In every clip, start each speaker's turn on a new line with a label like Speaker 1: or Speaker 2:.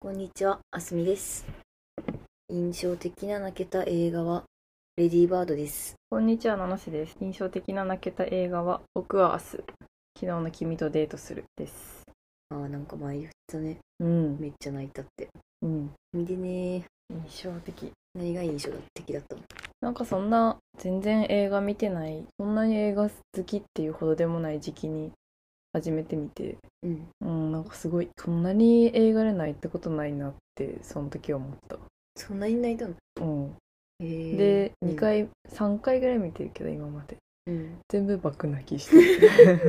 Speaker 1: こんにちは、あすみです。印象的な泣けた映画は、レディーバードです。
Speaker 2: こんにちは、七瀬です。印象的な泣けた映画は、僕は明日、昨日の君とデートするです。
Speaker 1: あー、なんか前言ったね。
Speaker 2: うん。
Speaker 1: めっちゃ泣いたって。
Speaker 2: うん。
Speaker 1: 見てね
Speaker 2: 印象的。
Speaker 1: ー。何が印象的だったの
Speaker 2: なんかそんな、全然映画見てない、そんなに映画好きっていうほどでもない時期に始めてみて、
Speaker 1: うん。
Speaker 2: うん、なんかすごい、こんなに映画で泣いたことないなって、その時思った。
Speaker 1: そんなに泣いたの
Speaker 2: うん。
Speaker 1: へー
Speaker 2: で、
Speaker 1: うん
Speaker 2: 2回、3回ぐらい見てるけど、今まで。
Speaker 1: うん。
Speaker 2: 全部爆泣きして。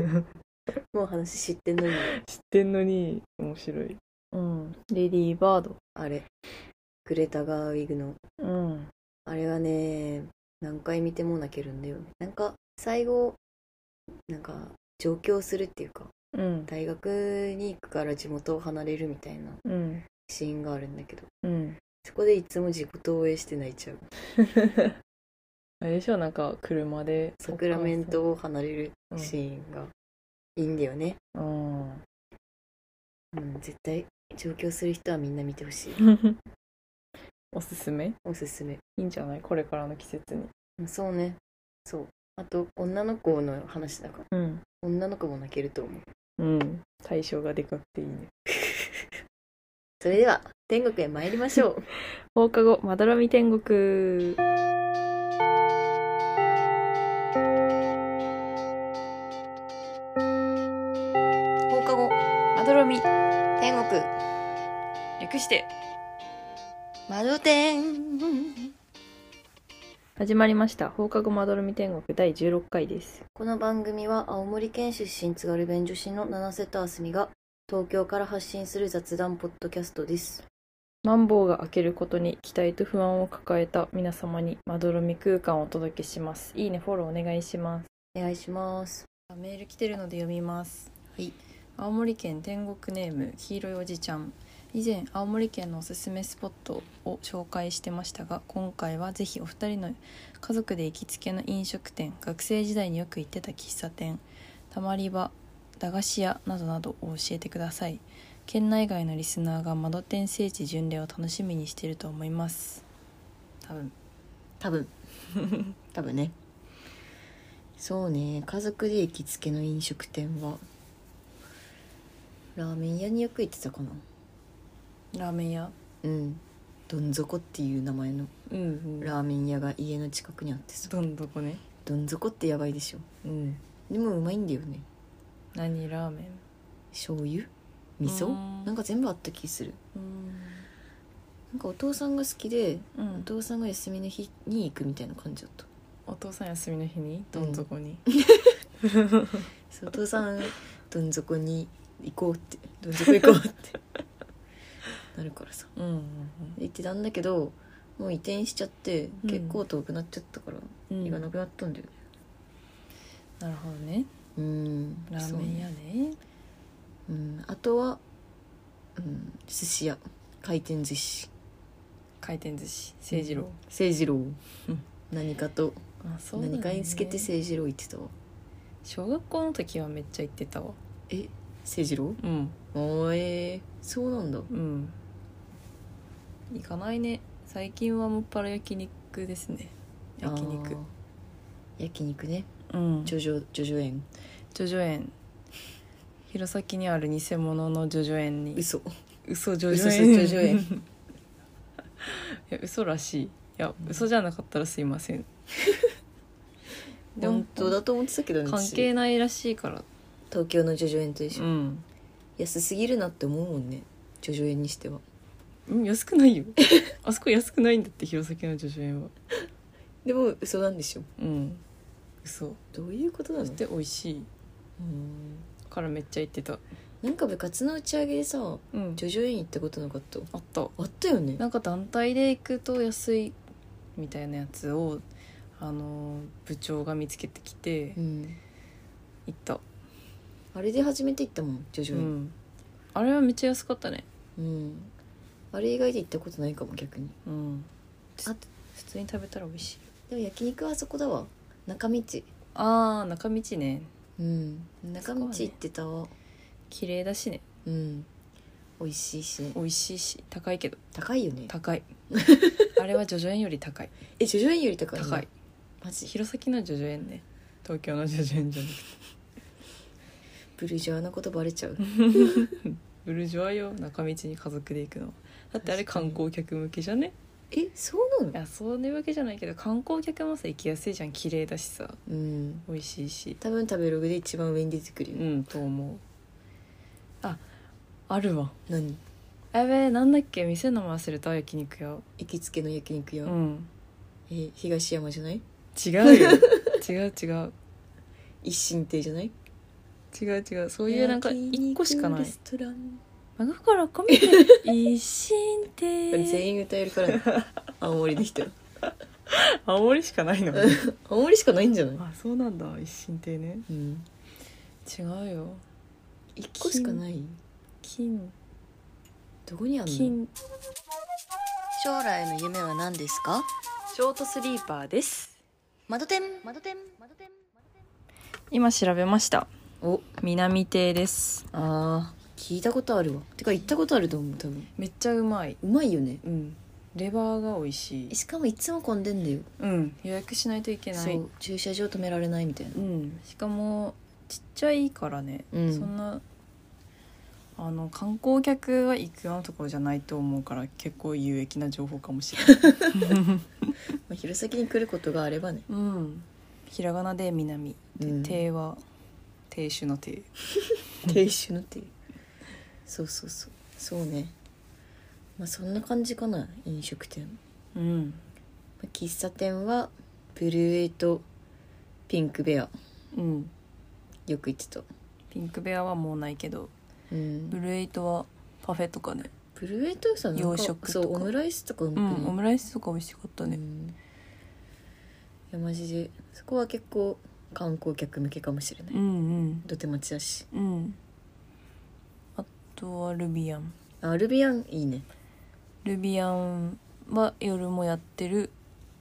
Speaker 1: もう話知ってんのに。
Speaker 2: 知ってんのに、面白い。うん。レディーバード。
Speaker 1: あれ。グレタ・ガーウィグの。
Speaker 2: うん。
Speaker 1: あれはね、何回見ても泣けるんだよね。なんか、最後、なんか、上京するっていうか、
Speaker 2: うん。
Speaker 1: 大学に行くから地元を離れるみたいな
Speaker 2: うん。
Speaker 1: シーンがあるんだけど、
Speaker 2: うん。
Speaker 1: そこでいつも自己投影して泣いちゃう。
Speaker 2: あれでしょ、なんか車で。
Speaker 1: サクラメントを離れる
Speaker 2: うん。
Speaker 1: シーンがいいんだよね。
Speaker 2: うん。
Speaker 1: うん、絶対上京する人はみんな見てほしい。
Speaker 2: おすすめ
Speaker 1: おすすめ。
Speaker 2: いいんじゃないこれからの季節に。
Speaker 1: うんそうね。そう。あと、女の子の話だから、
Speaker 2: うん。
Speaker 1: 女の子も泣けると思う。
Speaker 2: うん。対象がでかくていいね。
Speaker 1: それでは、天国へ参りましょう。
Speaker 2: 放課後、まどろみ天国。
Speaker 1: 放課後、
Speaker 2: まどろみ。
Speaker 1: 天国、
Speaker 2: 略して。
Speaker 1: 窓天。
Speaker 2: 始まりました。放課後まどろみ天国第16回です。
Speaker 1: この番組は青森県出身津軽弁女子の七瀬とあすみが東京から発信する雑談ポッドキャストです。
Speaker 2: マンボウが明けることに期待と不安を抱えた皆様にまどろみ空間をお届けします。いいね、フォローお願いします。
Speaker 1: お願いします。
Speaker 2: メール来てるので読みます
Speaker 1: はい
Speaker 2: 青森県天国ネーム黄色いおじちゃん以前青森県のおすすめスポットを紹介してましたが今回はぜひお二人の家族で行きつけの飲食店学生時代によく行ってた喫茶店たまり場駄菓子屋などなどを教えてください県内外のリスナーが窓店聖地巡礼を楽しみにしていると思います多分
Speaker 1: 多分 多分ねそうね家族で行きつけの飲食店はラーメン屋によく行ってたかな
Speaker 2: ラーメン屋
Speaker 1: うんどん底っていう名前の
Speaker 2: うんうん
Speaker 1: ラーメン屋が家の近くにあってさ
Speaker 2: どんどこね
Speaker 1: どん底ってやばいでしょ
Speaker 2: うん
Speaker 1: でもうまいんだよね
Speaker 2: 何ラーメン
Speaker 1: 醤油味噌
Speaker 2: うん
Speaker 1: なんか全部あった気するなんかお父さんが好きで
Speaker 2: う
Speaker 1: お
Speaker 2: ん、
Speaker 1: 父さんが休みの日に行くみたいな感じだった
Speaker 2: お父さん休みの日にどん底に、
Speaker 1: そうお父さんどん底に行こうってどん底行こうって なるからさ
Speaker 2: うんうん
Speaker 1: 行ってたんだけどもう移転しちゃって
Speaker 2: うん
Speaker 1: 結構遠くなっちゃったから、
Speaker 2: うん
Speaker 1: 行かなくなったんだよね
Speaker 2: なるほどね
Speaker 1: うん
Speaker 2: ラーメン屋
Speaker 1: そう
Speaker 2: ね
Speaker 1: うんあとは、うん、寿司屋回転寿司
Speaker 2: 回転寿司清次郎、
Speaker 1: 清次郎
Speaker 2: うん
Speaker 1: 何かと
Speaker 2: あそうなん
Speaker 1: 何
Speaker 2: だね
Speaker 1: かにつけて清次郎行ってたわ
Speaker 2: 小学校の時はめっちゃ行ってたわ
Speaker 1: え清次郎
Speaker 2: うん
Speaker 1: おーえー、そうなんだ
Speaker 2: うん行かないね最近はもっぱら焼肉ですね焼肉
Speaker 1: あー焼肉ね
Speaker 2: うん
Speaker 1: 叙々叙々苑
Speaker 2: ジョジョ園弘前にある偽物のジョジョ園に
Speaker 1: 嘘
Speaker 2: 嘘ジョジョ
Speaker 1: 嘘
Speaker 2: 園
Speaker 1: 嘘ジョジョ園
Speaker 2: いや嘘らしいいや嘘じゃなかったらすいません
Speaker 1: 本当だと思ってたけどね
Speaker 2: 関係ないらしいから
Speaker 1: 東京の叙々苑と一緒、
Speaker 2: うん
Speaker 1: 安すぎるなって思うもんね叙々苑にしては
Speaker 2: うん安くないよ あそこ安くないんだって弘前の叙々苑は
Speaker 1: でも嘘なんでしょ
Speaker 2: うん嘘
Speaker 1: どういうことな
Speaker 2: そ
Speaker 1: の
Speaker 2: して美味しい
Speaker 1: うん
Speaker 2: からめっちゃ行ってた
Speaker 1: なんか部活の打ち上げでさ
Speaker 2: うん
Speaker 1: 叙々苑行ったことなかった
Speaker 2: あった
Speaker 1: あったよね
Speaker 2: なんか団体で行くと安いみたいなやつをあのー部長が見つけてきて
Speaker 1: うん
Speaker 2: 行った
Speaker 1: あれで初めて行ったもん叙
Speaker 2: う
Speaker 1: 々苑
Speaker 2: んあれはめっちゃ安かったね
Speaker 1: うん、あれ以外で行ったことないかも逆に
Speaker 2: うん
Speaker 1: あ
Speaker 2: 普通に食べたら美味しい
Speaker 1: でも焼肉はあそこだわ中道
Speaker 2: あー中道ね
Speaker 1: うん中道行ってたわ、
Speaker 2: 綺麗だしね
Speaker 1: うん美味しいし
Speaker 2: 美味しいし高いけど
Speaker 1: 高いよね
Speaker 2: 高い あれは叙々苑より高い
Speaker 1: え叙々苑より高いの
Speaker 2: 高い
Speaker 1: マジ
Speaker 2: 弘前の叙々苑ね東京の叙々苑じゃなくて
Speaker 1: ブルジョアのことバレちゃう
Speaker 2: ブルジョワよ中道に家族で行くのはだってあれ
Speaker 1: 確かに
Speaker 2: 観光客向けじゃね
Speaker 1: えそうないの
Speaker 2: やそういうわけじゃないけど観光客もさ行きやすいじゃん綺麗だしさ
Speaker 1: うん
Speaker 2: 美味しいし
Speaker 1: 多分食べログで一番上に出てくる
Speaker 2: う
Speaker 1: よ、
Speaker 2: んと思うああるわ
Speaker 1: 何
Speaker 2: やべえなんだっけ店の名前忘れた焼肉屋
Speaker 1: 行きつけの焼肉屋、
Speaker 2: うん
Speaker 1: え東山じゃない
Speaker 2: 違うよ 違う違う
Speaker 1: 一心亭じゃない
Speaker 2: 違う違うそういうなんか一個しかない
Speaker 1: 焼肉レストラン
Speaker 2: だから込みて一心亭
Speaker 1: 全員歌えるからね 青森できたら
Speaker 2: 青森しかないの
Speaker 1: 青森しかないんじゃない
Speaker 2: あそうなんだ一心亭ね
Speaker 1: うん
Speaker 2: 違うよ
Speaker 1: 一個しかない
Speaker 2: 金
Speaker 1: どこにあんの
Speaker 2: 金
Speaker 1: 将来の夢は何ですか
Speaker 2: ショートスリーパーです
Speaker 1: 窓店窓店
Speaker 2: 今調べました
Speaker 1: お
Speaker 2: 南亭です
Speaker 1: あー聞いたことあるわてか行ったことあると思う多分
Speaker 2: めっちゃうまいう
Speaker 1: まいよね
Speaker 2: うんレバーが美味しい
Speaker 1: しかもいつも混んでんだよ
Speaker 2: うん予約しないといけな
Speaker 1: そ
Speaker 2: いう
Speaker 1: 駐車場止められないみたいな
Speaker 2: うんしかもちっちゃいからね、
Speaker 1: うん
Speaker 2: そんなあの観光客は行くようなところじゃないと思うから結構有益な情報かもしれない
Speaker 1: まあ、昼先に来ることがあればね
Speaker 2: うんひらがなで南で、
Speaker 1: うん
Speaker 2: 亭は亭主の亭
Speaker 1: 亭主のっていうそうそうそうそうねまあそんな感じかな飲食店、ま
Speaker 2: うん
Speaker 1: あ、喫茶店はブルーエイとピンクベア
Speaker 2: うん
Speaker 1: よく行ってた
Speaker 2: ピンクベアはもうないけど
Speaker 1: うん
Speaker 2: ブルーエイトはパフェとかね
Speaker 1: ブルーエイとさなんか
Speaker 2: 洋食とか
Speaker 1: そうオムライスとかう
Speaker 2: う
Speaker 1: まく
Speaker 2: ん
Speaker 1: ね
Speaker 2: オムライスとか美味しかった
Speaker 1: う
Speaker 2: ね
Speaker 1: んいやマジでそこは結構観光客向けかもしれない、
Speaker 2: うん
Speaker 1: 土手町だし
Speaker 2: うんうんあとはルビアン
Speaker 1: あルビアンいいね
Speaker 2: ルビアンは夜もやってる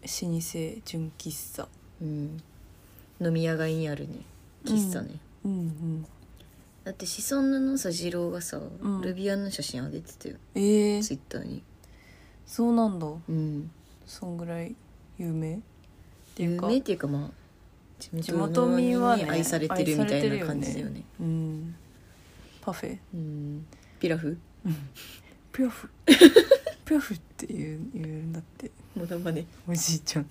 Speaker 2: 老舗純喫茶
Speaker 1: うん飲み屋街にあるね喫茶ね、
Speaker 2: うん
Speaker 1: だってシソンヌのさ次郎がさ、
Speaker 2: ん
Speaker 1: ルビアンの写真上げてたよ
Speaker 2: うんええ
Speaker 1: ツイッターに
Speaker 2: そうなんだ
Speaker 1: うん
Speaker 2: そんぐら有名ってい
Speaker 1: 有
Speaker 2: うか
Speaker 1: 名っていうかまあ地
Speaker 2: 地元民はね
Speaker 1: に愛されてるみた
Speaker 2: 愛されてる
Speaker 1: いな
Speaker 2: よね
Speaker 1: 感じだよね
Speaker 2: うんパフェ
Speaker 1: うんピラフ
Speaker 2: ピラフ ピラフっていう言うんだって
Speaker 1: モノマネ
Speaker 2: おじいちゃん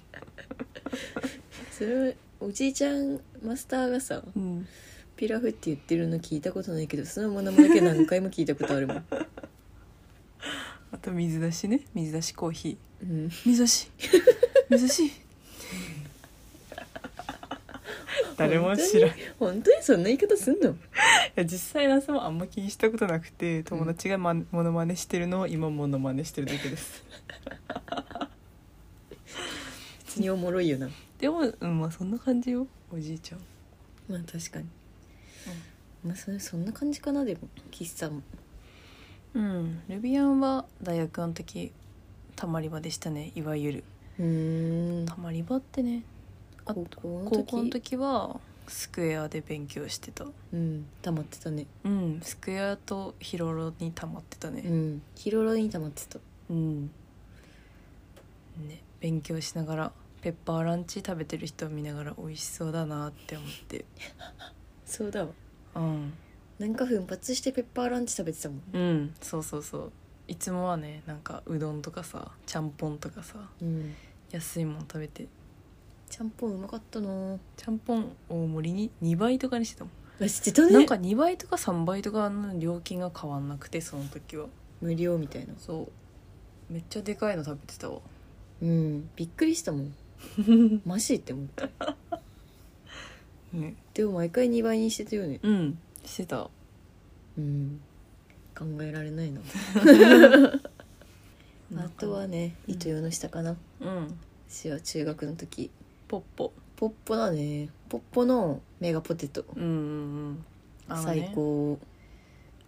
Speaker 1: それはおじいちゃんマスターがさ
Speaker 2: うん
Speaker 1: ピラフって言ってるの聞いたことないけどそのモノマネだけ何回も聞いたことあるもん、
Speaker 2: あと水出しね水出しコーヒー
Speaker 1: うん、
Speaker 2: 水出し水 出し 誰も知らん
Speaker 1: 本当にそんな言い方すんの
Speaker 2: いや実際ナスもあんま気にしたことなくて友達がま、モノマネしてるのを今モノマネしてるだけです
Speaker 1: 普通におもろいよな
Speaker 2: でもうんまあそんな感じよおじいちゃん
Speaker 1: まあ確かに、まあそそんな感じかなでも喫茶も
Speaker 2: うんルビアンは大学の時たまり場でしたねいわゆる
Speaker 1: うん
Speaker 2: たまり場ってねあ
Speaker 1: 高校の
Speaker 2: 高
Speaker 1: 時
Speaker 2: 校の時はスクエアで勉強してた
Speaker 1: うん溜まってたね
Speaker 2: うんスクエアとヒロロにたまってた
Speaker 1: う
Speaker 2: ね
Speaker 1: んヒロロに溜まってた
Speaker 2: うんね勉強しながらペッパーランチ食べてる人を見ながら美味しそうだなって思って
Speaker 1: そうだわ
Speaker 2: うん
Speaker 1: なんか奮発してペッパーランチ食べてたもん
Speaker 2: うんそうそうそういつもはねなんかうどんとかさちゃんぽんとかさ
Speaker 1: うん
Speaker 2: 安いもん食べて
Speaker 1: ちゃんぽんうまかったな
Speaker 2: ちゃんぽん大盛りに2倍とかにしてたもん、
Speaker 1: あ知ってたね
Speaker 2: なんか2倍とか3倍とかの料金が変わんなくてその時は
Speaker 1: 無料みたいな
Speaker 2: そうめっちゃでかいの食べてたわ
Speaker 1: うんびっくりした もんマジって思った
Speaker 2: ね
Speaker 1: でも毎回2倍にしてたよね
Speaker 2: うんしてた
Speaker 1: うん考えられない なあとはね
Speaker 2: うん
Speaker 1: 糸用の下かな、
Speaker 2: うん
Speaker 1: 私は中学の時
Speaker 2: ポッポ
Speaker 1: ポッポだねポッポのメガポテト
Speaker 2: うんうんうんあのね
Speaker 1: 最高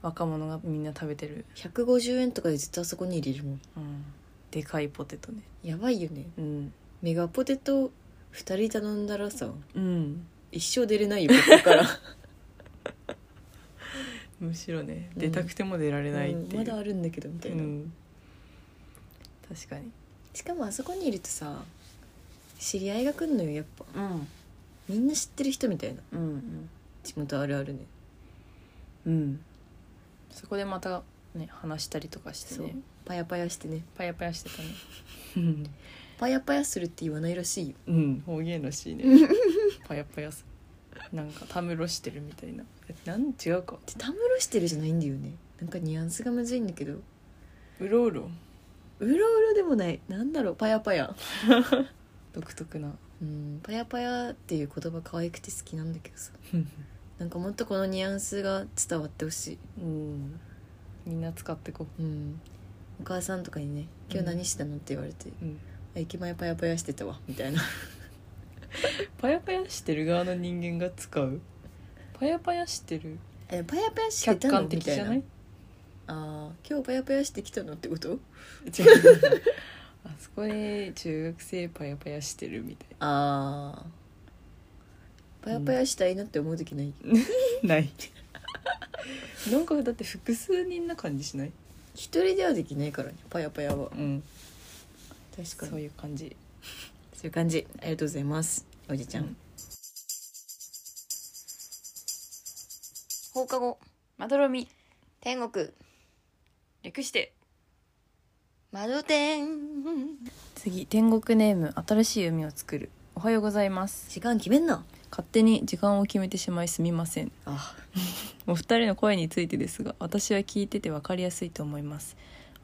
Speaker 2: 若者がみんな食べてる、
Speaker 1: 150円とかでずっとあそこに入れるもん
Speaker 2: うん、でかいポテトね
Speaker 1: やばいよね
Speaker 2: うん
Speaker 1: メガポテト2人頼んだらさ
Speaker 2: うん
Speaker 1: 一生出れないよここから
Speaker 2: むしろね
Speaker 1: うん
Speaker 2: 出たくても 出られないっ
Speaker 1: うん
Speaker 2: てい
Speaker 1: ま
Speaker 2: う、
Speaker 1: だあるんだけどみたいな、
Speaker 2: うん確かに
Speaker 1: しかもあそこにいるとさ知り合いが来んのよやっぱ
Speaker 2: うん
Speaker 1: みんな知ってる人みたいな
Speaker 2: うん
Speaker 1: 地元あるあるね
Speaker 2: うんうんそこでまたね話したりとかして
Speaker 1: そう
Speaker 2: ね
Speaker 1: パヤパヤしてね
Speaker 2: パヤパヤしてたね
Speaker 1: パヤパヤするって言わないらしいよ
Speaker 2: うん方言らしいね パヤパヤすなんかたむろしてるみたいなえなん違うか
Speaker 1: でたむろしてるじゃないんだよねなんかニュアンスがむずいんだけど
Speaker 2: うろうろ
Speaker 1: うろうろでもないなんだろうパヤパヤ
Speaker 2: 独特な
Speaker 1: うんパヤパヤっていう言葉可愛くて好きなんだけどさなんかもっとこのニュアンスが伝わってほしい
Speaker 2: うんみんな使ってこ
Speaker 1: うんお母さんとかにね「今日何してたの?」って言われて
Speaker 2: う、うん、
Speaker 1: 「あ駅前パヤパヤしてたわ」みたいな
Speaker 2: パヤパヤしてる側の人間が使うパヤパヤしてる
Speaker 1: え「パヤパヤして
Speaker 2: 客
Speaker 1: たの?」
Speaker 2: 観
Speaker 1: み
Speaker 2: 的
Speaker 1: た
Speaker 2: じ
Speaker 1: い
Speaker 2: ゃ
Speaker 1: な
Speaker 2: ない
Speaker 1: 「ああ今日パヤパヤしてきたの?」ってこと
Speaker 2: 違うあそこで中学生パヤパヤしてるみたい
Speaker 1: ああパヤパヤしたいなって思う時ない、
Speaker 2: なないなんかだって複数人な感じしない
Speaker 1: 一人ではできないからねパヤパヤは
Speaker 2: うん
Speaker 1: 確かに
Speaker 2: そういう感じ
Speaker 1: そういう感じありがとうございますおじちゃん、
Speaker 2: うん
Speaker 1: 放課後
Speaker 2: まどろみ
Speaker 1: 天国
Speaker 2: 略して
Speaker 1: 窓天
Speaker 2: 次天国ネーム新しい海を作るおはようございます
Speaker 1: 時間決めんな
Speaker 2: 勝手に時間を決めてしまいすみません
Speaker 1: あ
Speaker 2: お二人の声についてですが私は聞いてて分かりやすいと思います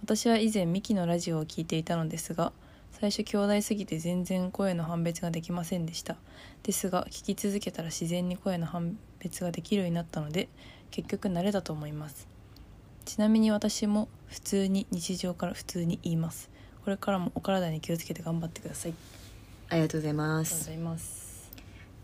Speaker 2: 私は以前ミキのラジオを聞いていたのですが最初兄弟すぎて全然声の判別ができませんでしたですが聞き続けたら自然に声の判別ができるようになったので結局慣れだと思いますちなみに私も普通に日常から普通に言いますこれからもお体に気をつけて頑張ってください
Speaker 1: ありがとうございま
Speaker 2: ありがとうご
Speaker 1: す
Speaker 2: ざいます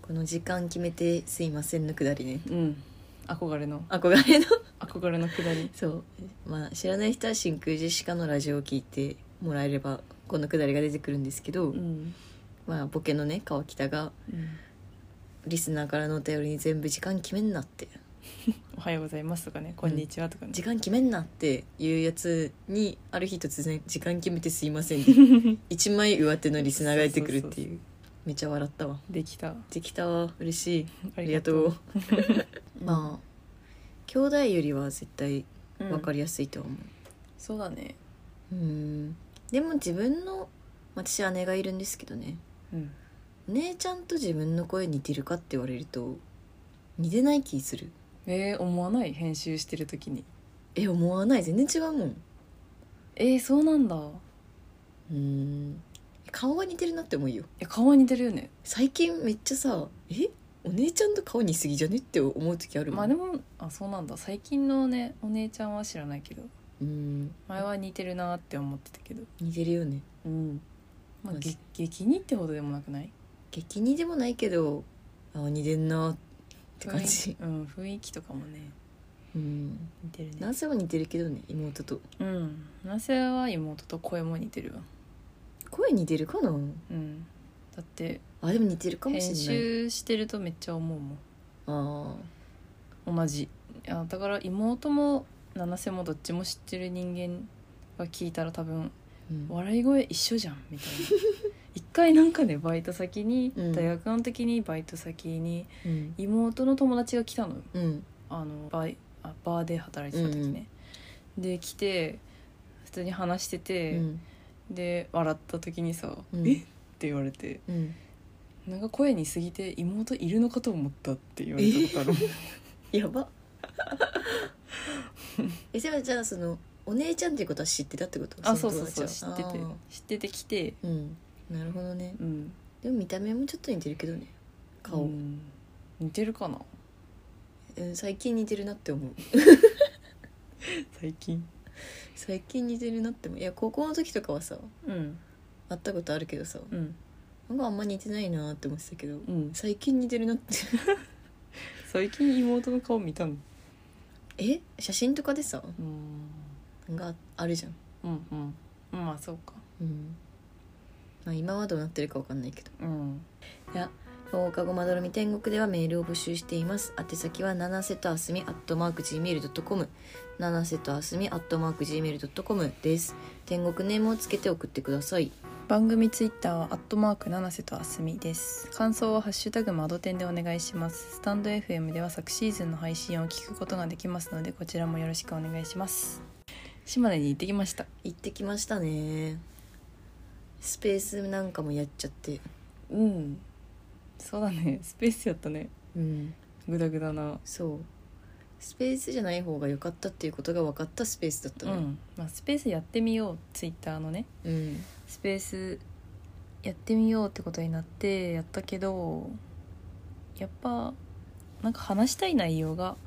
Speaker 1: この時間決めてすいませんのくだりね
Speaker 2: うん憧れの
Speaker 1: 憧れの
Speaker 2: 憧れのくだり
Speaker 1: そうまあ知らない人は真空ジェシカのラジオを聞いてもらえればこのくだりが出てくるんですけど、
Speaker 2: うん、
Speaker 1: まあボケのね川北が
Speaker 2: うん
Speaker 1: リスナーからのお便りに全部時間決めんなって
Speaker 2: おはようございますとかね、こんにちはとかね。
Speaker 1: 時間決めんなっていうやつにある日突然時間決めてすいません で一枚上手のリスナーが出てくるって
Speaker 2: そうそう
Speaker 1: いうめっちゃ笑ったわ
Speaker 2: できた。
Speaker 1: できたわ嬉しい
Speaker 2: あ
Speaker 1: ありがとうまあ兄弟よりは絶対
Speaker 2: あ
Speaker 1: 分か
Speaker 2: り。
Speaker 1: りやすいとは思
Speaker 2: そうだね。
Speaker 1: ううんでも自分の私姉がいるんですけどね
Speaker 2: うん。
Speaker 1: 姉ちゃんと自分の声似てるかって言われると似てない気する
Speaker 2: えー、思わない編集してる時に。
Speaker 1: え思わない全然違うもん
Speaker 2: えー、そうなんだ。
Speaker 1: うん顔が似てるなって思うよ
Speaker 2: え、顔は似てるよね。
Speaker 1: 最近めっちゃさえお姉ちゃんと顔似すぎじゃねって思う時あるもん、
Speaker 2: まあでも、あ、そうなんだ。最近のね、お姉ちゃんは知らないけど、
Speaker 1: うん
Speaker 2: 前は似てるなって思ってたけど。
Speaker 1: 似てるよね
Speaker 2: うん。まあ、
Speaker 1: マジ
Speaker 2: げ激似ってほどでもなくない
Speaker 1: 激似でもないけどあ似てんなって感じ、
Speaker 2: 雰囲うん、雰囲気とかもね、
Speaker 1: うん、
Speaker 2: 似てるね。
Speaker 1: 男性は似てるけどね妹と
Speaker 2: うん。なぜは妹と声も似てるわ。
Speaker 1: 声似てるかな
Speaker 2: うん。だって、
Speaker 1: あでも似てるかも
Speaker 2: 編
Speaker 1: しれない
Speaker 2: 集してるとめっちゃ思うもん。
Speaker 1: あ
Speaker 2: 同じいやだから妹も七瀬もどっちも知ってる人間が聞いたら多分
Speaker 1: ー、うん、
Speaker 2: 笑い声一緒じゃん みたいな一回なんかねバイト先に
Speaker 1: うん
Speaker 2: 大学の時にバイト先に
Speaker 1: うん
Speaker 2: 妹の友達が来たのよ
Speaker 1: うん
Speaker 2: あのバイあバーで働いてた時ね、で来て普通に話して
Speaker 1: う
Speaker 2: て、
Speaker 1: ん
Speaker 2: で笑った時にさ「
Speaker 1: うん
Speaker 2: えっ?」て言われて
Speaker 1: うん
Speaker 2: なんか声に過ぎて妹いるのかと思ったって言われたことあるもん
Speaker 1: やば えそれはじゃあそのお姉ちゃんっていうことは知ってたってこと
Speaker 2: あそうそうそう知
Speaker 1: の
Speaker 2: っ
Speaker 1: 友
Speaker 2: て
Speaker 1: 達
Speaker 2: て
Speaker 1: は
Speaker 2: 知ってて来て
Speaker 1: あーうんなるほどね
Speaker 2: うん
Speaker 1: でも見た目もちょっと似てるけどね顔、
Speaker 2: うん似てるかな
Speaker 1: うん最近似てるなって思う
Speaker 2: 最近
Speaker 1: 最近似てるなって思ういや高校の時とかはさ
Speaker 2: うん
Speaker 1: 会ったことあるけどさ
Speaker 2: うん
Speaker 1: なんかあんま似てないなって思ってたけど
Speaker 2: うん
Speaker 1: 最近似てるなって
Speaker 2: 最近妹の顔見たの
Speaker 1: え写真とかでさ
Speaker 2: うん
Speaker 1: なんかあるじゃん、
Speaker 2: うんうんまあそうか
Speaker 1: うんまあ、今はどうなってるかわかんないけど
Speaker 2: うん
Speaker 1: いや放課後まどろみ天国ではメールを募集しています宛先は七瀬とあすみ atmarkgmail.com 七瀬とあすみ atmarkgmail.com です天国ネームをつけて送ってください
Speaker 2: 番組ツイッターはアットマーク七瀬とあすみです感想はハッシュタグ窓店でお願いしますスタンド FM では昨シーズンの配信を聞くことができますのでこちらもよろしくお願いします島根に行ってきました
Speaker 1: 行ってきましたねスペースなんかもやっちゃって
Speaker 2: うんそうだねスペースやったね
Speaker 1: うん
Speaker 2: グダグダな
Speaker 1: そうスペースじゃない方が良かったっていうことが分かったスペースだった
Speaker 2: う
Speaker 1: ね
Speaker 2: ん、まあ、スペースやってみようツイッターのね
Speaker 1: うん
Speaker 2: スペースやってみようってことになってやったけどやっぱなんか話したい内容が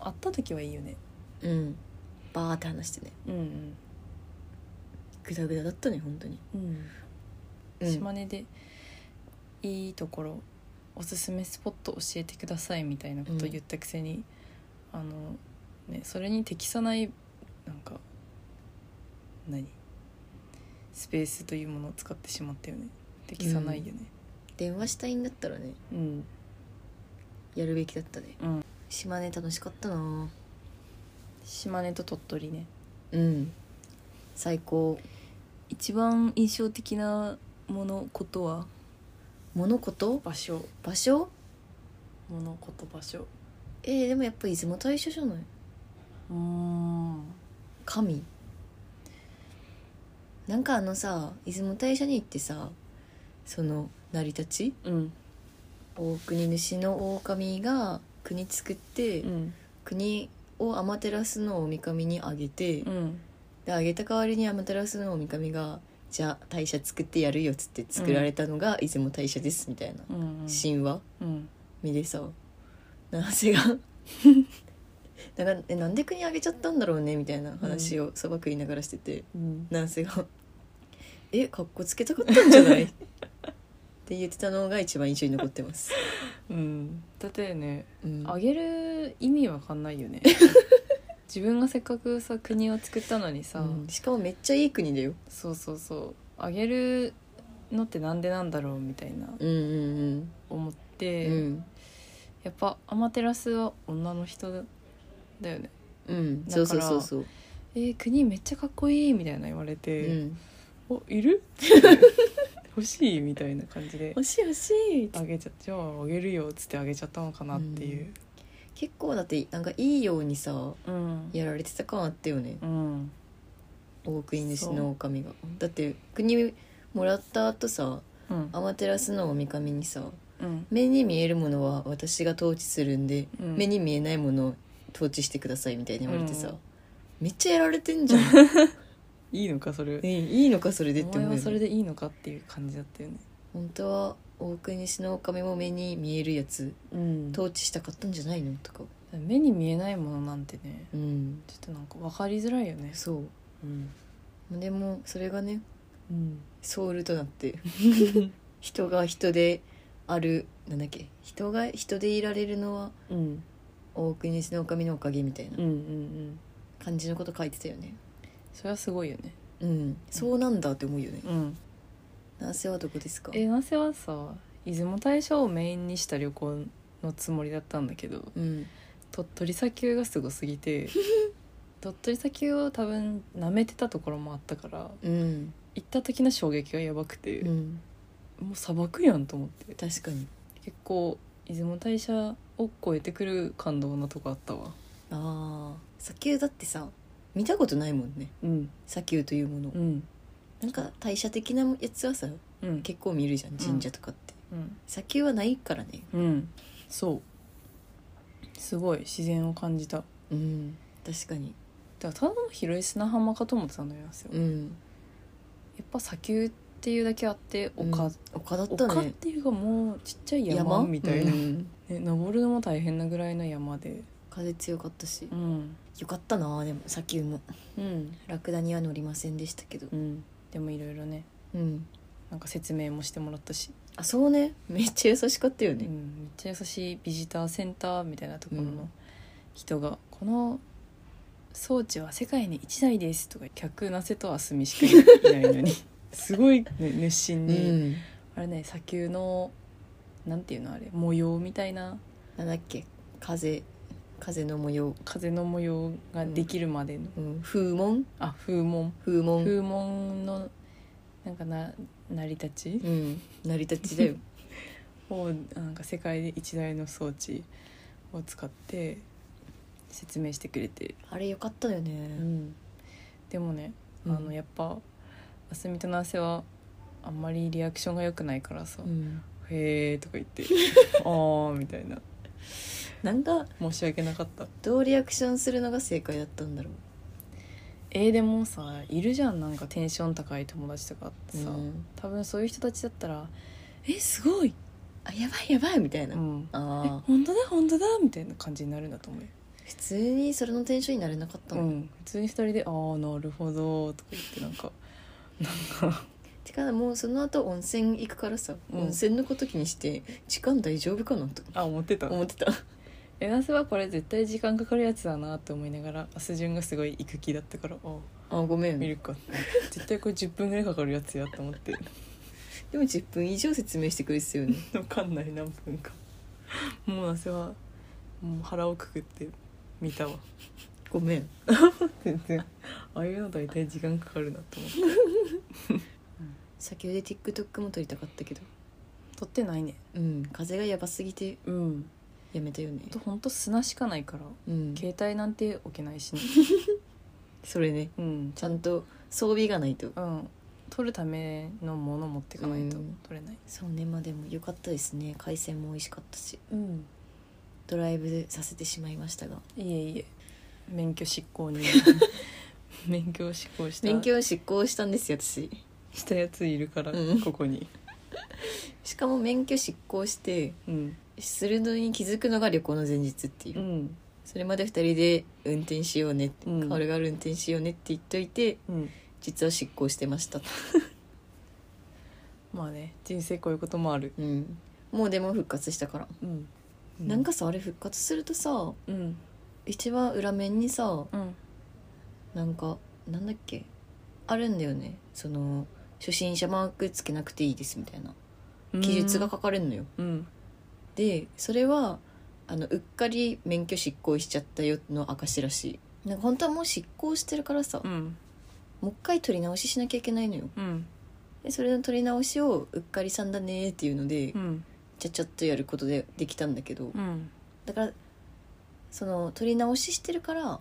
Speaker 2: あった時はいいよね
Speaker 1: うん、バーって話してね
Speaker 2: うん
Speaker 1: グダグダだったね本当に、
Speaker 2: うん、島根でいいところおすすめスポット教えてくださいみたいなことを言ったくせに、あのねそれに適さないなんか何スペースというものを使ってしまったよね適さないよね
Speaker 1: 電話したいんだったらね
Speaker 2: うん、
Speaker 1: やるべきだったね、
Speaker 2: うん
Speaker 1: 島根楽しかったな
Speaker 2: 島根と鳥取ね
Speaker 1: うん最高
Speaker 2: 一番印象的なものことは
Speaker 1: 物事
Speaker 2: 場所
Speaker 1: 場所
Speaker 2: 物事場所
Speaker 1: えー、でもやっぱ出雲大社じゃない
Speaker 2: うん
Speaker 1: 神なんかあのさ出雲大社に行ってさその成り立ち
Speaker 2: うん
Speaker 1: 大国主の狼が国作って、
Speaker 2: うん
Speaker 1: 国を天照の大神にあげて、
Speaker 2: うん
Speaker 1: であげた代わりに天照の大神が「じゃあ大社作ってやるよ」っつって作られたのが出雲大社ですみたいな
Speaker 2: うん
Speaker 1: 神話
Speaker 2: うん
Speaker 1: 見でさ七瀬がなんかえなんで国あげちゃったんだろうねみたいな話をそば食いながらしてて
Speaker 2: うん
Speaker 1: 七瀬が「えかっこつけたかったんじゃない? 」って言ってたのが一番印象に残ってます。
Speaker 2: うん、だってね
Speaker 1: うん
Speaker 2: あげる意味わかんない よね自分がせっかくさ国を作ったのにさ、
Speaker 1: うんしかもめっちゃいい国だよ。
Speaker 2: そうそうそうあげるのってなんでなんだろうみたいな
Speaker 1: うんうん
Speaker 2: 思っ
Speaker 1: うん。
Speaker 2: て、
Speaker 1: うん
Speaker 2: やっぱアマテラスは女の人だだよね
Speaker 1: うん、
Speaker 2: だ
Speaker 1: そ
Speaker 2: から
Speaker 1: うそうそうそう。
Speaker 2: えー国めっちゃかっこいいみたいな言われ
Speaker 1: う
Speaker 2: て、
Speaker 1: ん、
Speaker 2: おいる 欲しいみたいな感じ で
Speaker 1: しい欲しい
Speaker 2: あげちゃじゃああげるよっつってあげちゃったのかなっていう
Speaker 1: 結構だってなんかいいようにさ
Speaker 2: うん
Speaker 1: やられてた感あったよね
Speaker 2: うん
Speaker 1: 大国主の狼がだって国もらった後さ
Speaker 2: うん
Speaker 1: アマテラスの神々にさ
Speaker 2: うん
Speaker 1: 目に見えるものは私が統治するんで、
Speaker 2: うん
Speaker 1: 目に見えないものを統治してくださいみたいに言われてさ、
Speaker 2: うん
Speaker 1: めっちゃやられてんじゃん
Speaker 2: いいのかそれ
Speaker 1: えいいのかそれでって
Speaker 2: お前
Speaker 1: 思う
Speaker 2: は
Speaker 1: よ
Speaker 2: それ
Speaker 1: ね
Speaker 2: でいいのかっていう感じだったよね
Speaker 1: 本当は大国主の狼も目に見えるやつ
Speaker 2: うん
Speaker 1: 統治したかったんじゃないのとか
Speaker 2: 目に見えないものなんてね
Speaker 1: うん
Speaker 2: ちょっとなんか分かりづらいよね
Speaker 1: そう
Speaker 2: うん、
Speaker 1: でもそれがね
Speaker 2: うん、
Speaker 1: ソウルとなって 人が人であるなんだっけ人が人でいられるのは
Speaker 2: うん
Speaker 1: 大国主の狼のおかげみたい
Speaker 2: うんうんう
Speaker 1: なん感じのこと書いてたよね
Speaker 2: それはすごいよね
Speaker 1: うんそうなんだって思うよね
Speaker 2: うん
Speaker 1: 男性はどこですか
Speaker 2: えなせはさ出雲大社をメインにした旅行のつもりだったんだけど
Speaker 1: うん
Speaker 2: 鳥取砂丘がすごすぎ て鳥取砂丘を多分舐めてたところもあったから
Speaker 1: うん、
Speaker 2: 行った時の衝撃がやばくて、
Speaker 1: うん、
Speaker 2: もう砂漠やんと思って
Speaker 1: 確かに
Speaker 2: 結構出雲大社を超えてくる感動なとこあったわ
Speaker 1: ああ砂丘だってさ見たことないもんね
Speaker 2: うん
Speaker 1: 砂丘というもの
Speaker 2: うん
Speaker 1: なんか代謝的なやつはさ
Speaker 2: うん
Speaker 1: 結構見るじゃん神社とかって、
Speaker 2: うん、
Speaker 1: 砂丘はないからね
Speaker 2: うん、そうすごい自然を感じた
Speaker 1: うん確かに
Speaker 2: だからただの広い砂浜かと思ってたのよやっ
Speaker 1: うん
Speaker 2: ぱ砂丘っていうだけあって丘、
Speaker 1: うん丘だった
Speaker 2: 丘っ
Speaker 1: ね
Speaker 2: ていうかもうちっちゃい山みたいな、
Speaker 1: うん
Speaker 2: ね、登るのも大変なぐらいの山で
Speaker 1: 風強かったし
Speaker 2: うん
Speaker 1: よかったなでも砂丘も
Speaker 2: うん、
Speaker 1: ラクダには乗りませんでしたけど
Speaker 2: うん、でもいろいろね
Speaker 1: うん
Speaker 2: なんか説明もしてもらったし、
Speaker 1: あそうねめっちゃ優しかったよ
Speaker 2: う
Speaker 1: ね
Speaker 2: ん、めっちゃ優しいビジターセンターみたいなところ
Speaker 1: うん
Speaker 2: の人が「この装置は世界に1台です」とか客なせとあすみし かいないのにすごい、ね、熱心
Speaker 1: う
Speaker 2: に、
Speaker 1: ん
Speaker 2: あれね砂丘のなんていうのあれ模様みたいな
Speaker 1: なんだっけ風風の模様、
Speaker 2: 風の模様ができるまでの、
Speaker 1: うん、風紋
Speaker 2: あ風紋
Speaker 1: 風紋
Speaker 2: 風紋のなんかな成り立ち
Speaker 1: うん成り立ちだ よ
Speaker 2: をなんか世界で一台の装置を使って説明してくれて、
Speaker 1: あれよかったよね、
Speaker 2: でもね、
Speaker 1: うん
Speaker 2: あのやっぱあすみとなせはあんまりリアクションが良くないからさ「
Speaker 1: うん、
Speaker 2: へーとか言 って「あー」みたいな
Speaker 1: なんか
Speaker 2: 申し訳なかった
Speaker 1: どうリアクションするのが正解だったんだろ
Speaker 2: えー、でもさいるじゃんなんかテンション高い友達とかって
Speaker 1: う
Speaker 2: さ、
Speaker 1: うん
Speaker 2: 多分そういう人たちだったら「えすごい!
Speaker 1: あやばいやばいみたい」な、
Speaker 2: うんえ
Speaker 1: ああ
Speaker 2: 本当だ本当だみたいな感じになるんだと思うよ
Speaker 1: 普通にそれのテンションになれなかった
Speaker 2: う
Speaker 1: の、
Speaker 2: ん、普通に二人で「ああなるほど」とか言ってなんか
Speaker 1: てかもうその後温泉行くからさ、
Speaker 2: うん
Speaker 1: 温泉のこと気にして時間大丈夫かなと
Speaker 2: あ思ってた
Speaker 1: 思 ってた
Speaker 2: えなすはこれ絶対時間かかるやつだなと思いながら明日順がすごい行く気だったからあ
Speaker 1: あごめん
Speaker 2: 見
Speaker 1: で
Speaker 2: るか絶対これ10分ぐらいかかるやつやと思って
Speaker 1: も10分以上説明してくれてたよね
Speaker 2: わかんない何分か もうなすはもう腹をくくって見たわ
Speaker 1: ごめん
Speaker 2: 全然 ああいうの大体時間かかるなと思って
Speaker 1: 先ほど TikTok も撮りたかったけど
Speaker 2: 撮ってないね
Speaker 1: うん風がやばすぎて
Speaker 2: うん
Speaker 1: やめたよね
Speaker 2: ほんとほんと砂しかないから
Speaker 1: うん
Speaker 2: 携帯なんて置けないしね
Speaker 1: それね
Speaker 2: うん
Speaker 1: ちゃんと装備がないと
Speaker 2: うん取るためのもの持っていかないと
Speaker 1: うん
Speaker 2: 取れない
Speaker 1: そうねまあでも良かったですね海鮮も美味しかったし
Speaker 2: うん
Speaker 1: ドライブさせてしまいましたが
Speaker 2: いえいえ免許執行に 免許を執行した
Speaker 1: 免許を執行したんですよ私
Speaker 2: したやついるから、
Speaker 1: うん
Speaker 2: ここに
Speaker 1: しかも免許執行して
Speaker 2: うん
Speaker 1: 鋭いに気づくのが旅行の前日っていう、
Speaker 2: うん
Speaker 1: それまで2人で運転しようねって、
Speaker 2: うん
Speaker 1: カオルが運転しようねって言っといて
Speaker 2: うん
Speaker 1: 実は執行してました
Speaker 2: まあね人生こういうこともある
Speaker 1: うんもうでも復活したから、
Speaker 2: うん
Speaker 1: なんかさあれ復活するとさ
Speaker 2: うん
Speaker 1: 一番裏面にさ
Speaker 2: うん
Speaker 1: なんかなんだっけあるんだよねその初心者マークつけなくていいですみたいな記述が書かれるのよ、
Speaker 2: うん
Speaker 1: でそれはあのうっかり免許執行しちゃったよの証らしいなんか本当はもう執行してるからさ、
Speaker 2: うん
Speaker 1: もう一回取り直ししなきゃいけないのよ
Speaker 2: うん
Speaker 1: でそれの取り直しをうっかりさんだねーっていうので、
Speaker 2: うん
Speaker 1: ちゃちゃっとやることでできたんだけど、
Speaker 2: うん
Speaker 1: だからその取り直ししてるから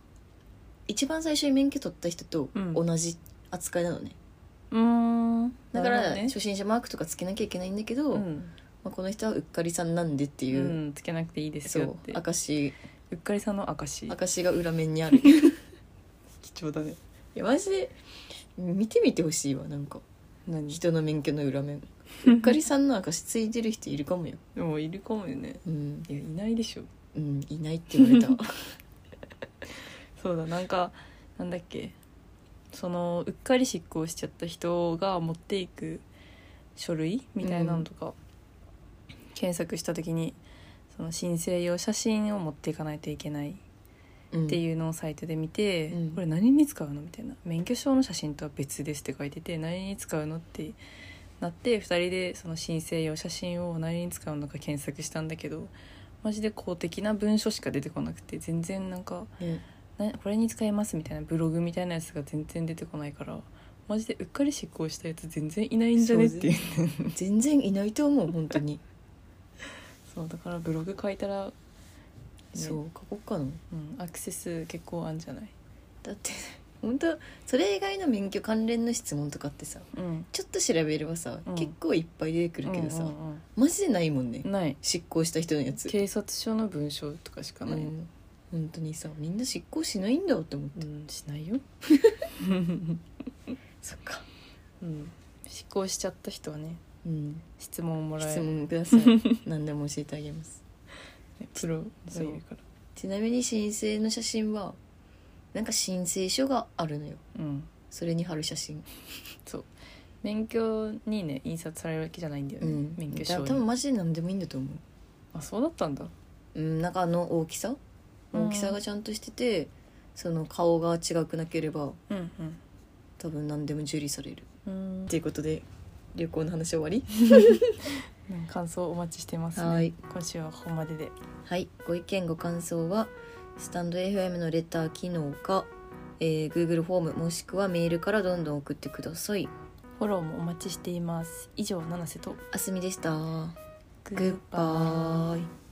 Speaker 1: 一番最初に免許取った人と
Speaker 2: うん
Speaker 1: 同じ扱いなのね、
Speaker 2: うん
Speaker 1: だか
Speaker 2: なる
Speaker 1: ら、
Speaker 2: ほどね
Speaker 1: 初心者マークとかつけなきゃいけないんだけど、
Speaker 2: う
Speaker 1: ま
Speaker 2: ん
Speaker 1: あ、この人はうっかりさんなんでって
Speaker 2: う
Speaker 1: いう、
Speaker 2: んつけなくていいです
Speaker 1: そ
Speaker 2: よっ
Speaker 1: う
Speaker 2: て
Speaker 1: 証
Speaker 2: うっかりさんの証
Speaker 1: 証が裏面にあるい
Speaker 2: 貴重だね
Speaker 1: やマジで見てみてほしいわなんか
Speaker 2: 何
Speaker 1: 人の免許の裏面うっかりさんの証ついてる人いるかもよ
Speaker 2: でもいるかもよね
Speaker 1: うん、
Speaker 2: いやいないでしょ
Speaker 1: うん、いないって言われ た
Speaker 2: そうだなんかなんだっけそのうっかり執行しちゃった人が持っていく書類みたいなのとか、検索した時にその申請用写真を持っていかないといけない
Speaker 1: うん
Speaker 2: っていうのをサイトで見て、
Speaker 1: うん
Speaker 2: これ何に使うのみたいな免許証の写真とは別ですって書いてて何に使うのってなって2人でその申請用写真を何に使うのか検索したんだけどマジで公的な文書しか出てこなくて全然なんか
Speaker 1: ね
Speaker 2: なこれに使いますみたいなブログみたいなやつが全然出てこないからマジでうっかり執行したやつ全然いないんじゃねっていう
Speaker 1: 全然いないと思う本当 に
Speaker 2: そうだからブログ書いたら、ね
Speaker 1: そう書こっかな
Speaker 2: うん、アクセス結構あんじゃない、
Speaker 1: だって 本当それ以外の免許関連の質問とかってさ
Speaker 2: うん、
Speaker 1: ちょっと調べればさ、
Speaker 2: うん
Speaker 1: 結構いっぱい出てくるけどさ、
Speaker 2: うんうん
Speaker 1: マジでないもんね、
Speaker 2: うんない
Speaker 1: 執行した人のやつ、
Speaker 2: 警察署の文章とかしか
Speaker 1: う
Speaker 2: ない、
Speaker 1: ん、本当にさみんな執行しないんだって思って、
Speaker 2: うん、しないよ、
Speaker 1: そっか、
Speaker 2: うん、執行しちゃった人はね
Speaker 1: うん、
Speaker 2: 質問をもらえ
Speaker 1: 質
Speaker 2: る
Speaker 1: 問ください 何でも教えてあげます
Speaker 2: ねプロがいるから
Speaker 1: ちなみに申請の写真はなんか申請書があるのよ
Speaker 2: う、ん、
Speaker 1: それに貼る写真、
Speaker 2: 免許にね印刷されるわけじゃないんだよね、
Speaker 1: うん、
Speaker 2: 免許
Speaker 1: だか
Speaker 2: 証
Speaker 1: ら
Speaker 2: に
Speaker 1: 多分マジで何でもいいんだと思う
Speaker 2: あそうだったんだ
Speaker 1: うん、なんかあの大きさ
Speaker 2: うん
Speaker 1: 大きさがちゃんとしてて、その顔が違くなければ
Speaker 2: うん
Speaker 1: 多分何でも受理される
Speaker 2: うんうん
Speaker 1: っていうことで旅行の話終わり
Speaker 2: うん感想お待ちしてます、ね。
Speaker 1: はい
Speaker 2: 今週はここまでで。
Speaker 1: はい、ご意見ご感想はスタンド FM のレター機能か、えー Google フォームもしくはメールからどんどん送ってください。
Speaker 2: フォローもお待ちしています。以上、七瀬と
Speaker 1: あすみでした。
Speaker 2: グ
Speaker 1: グッバイ。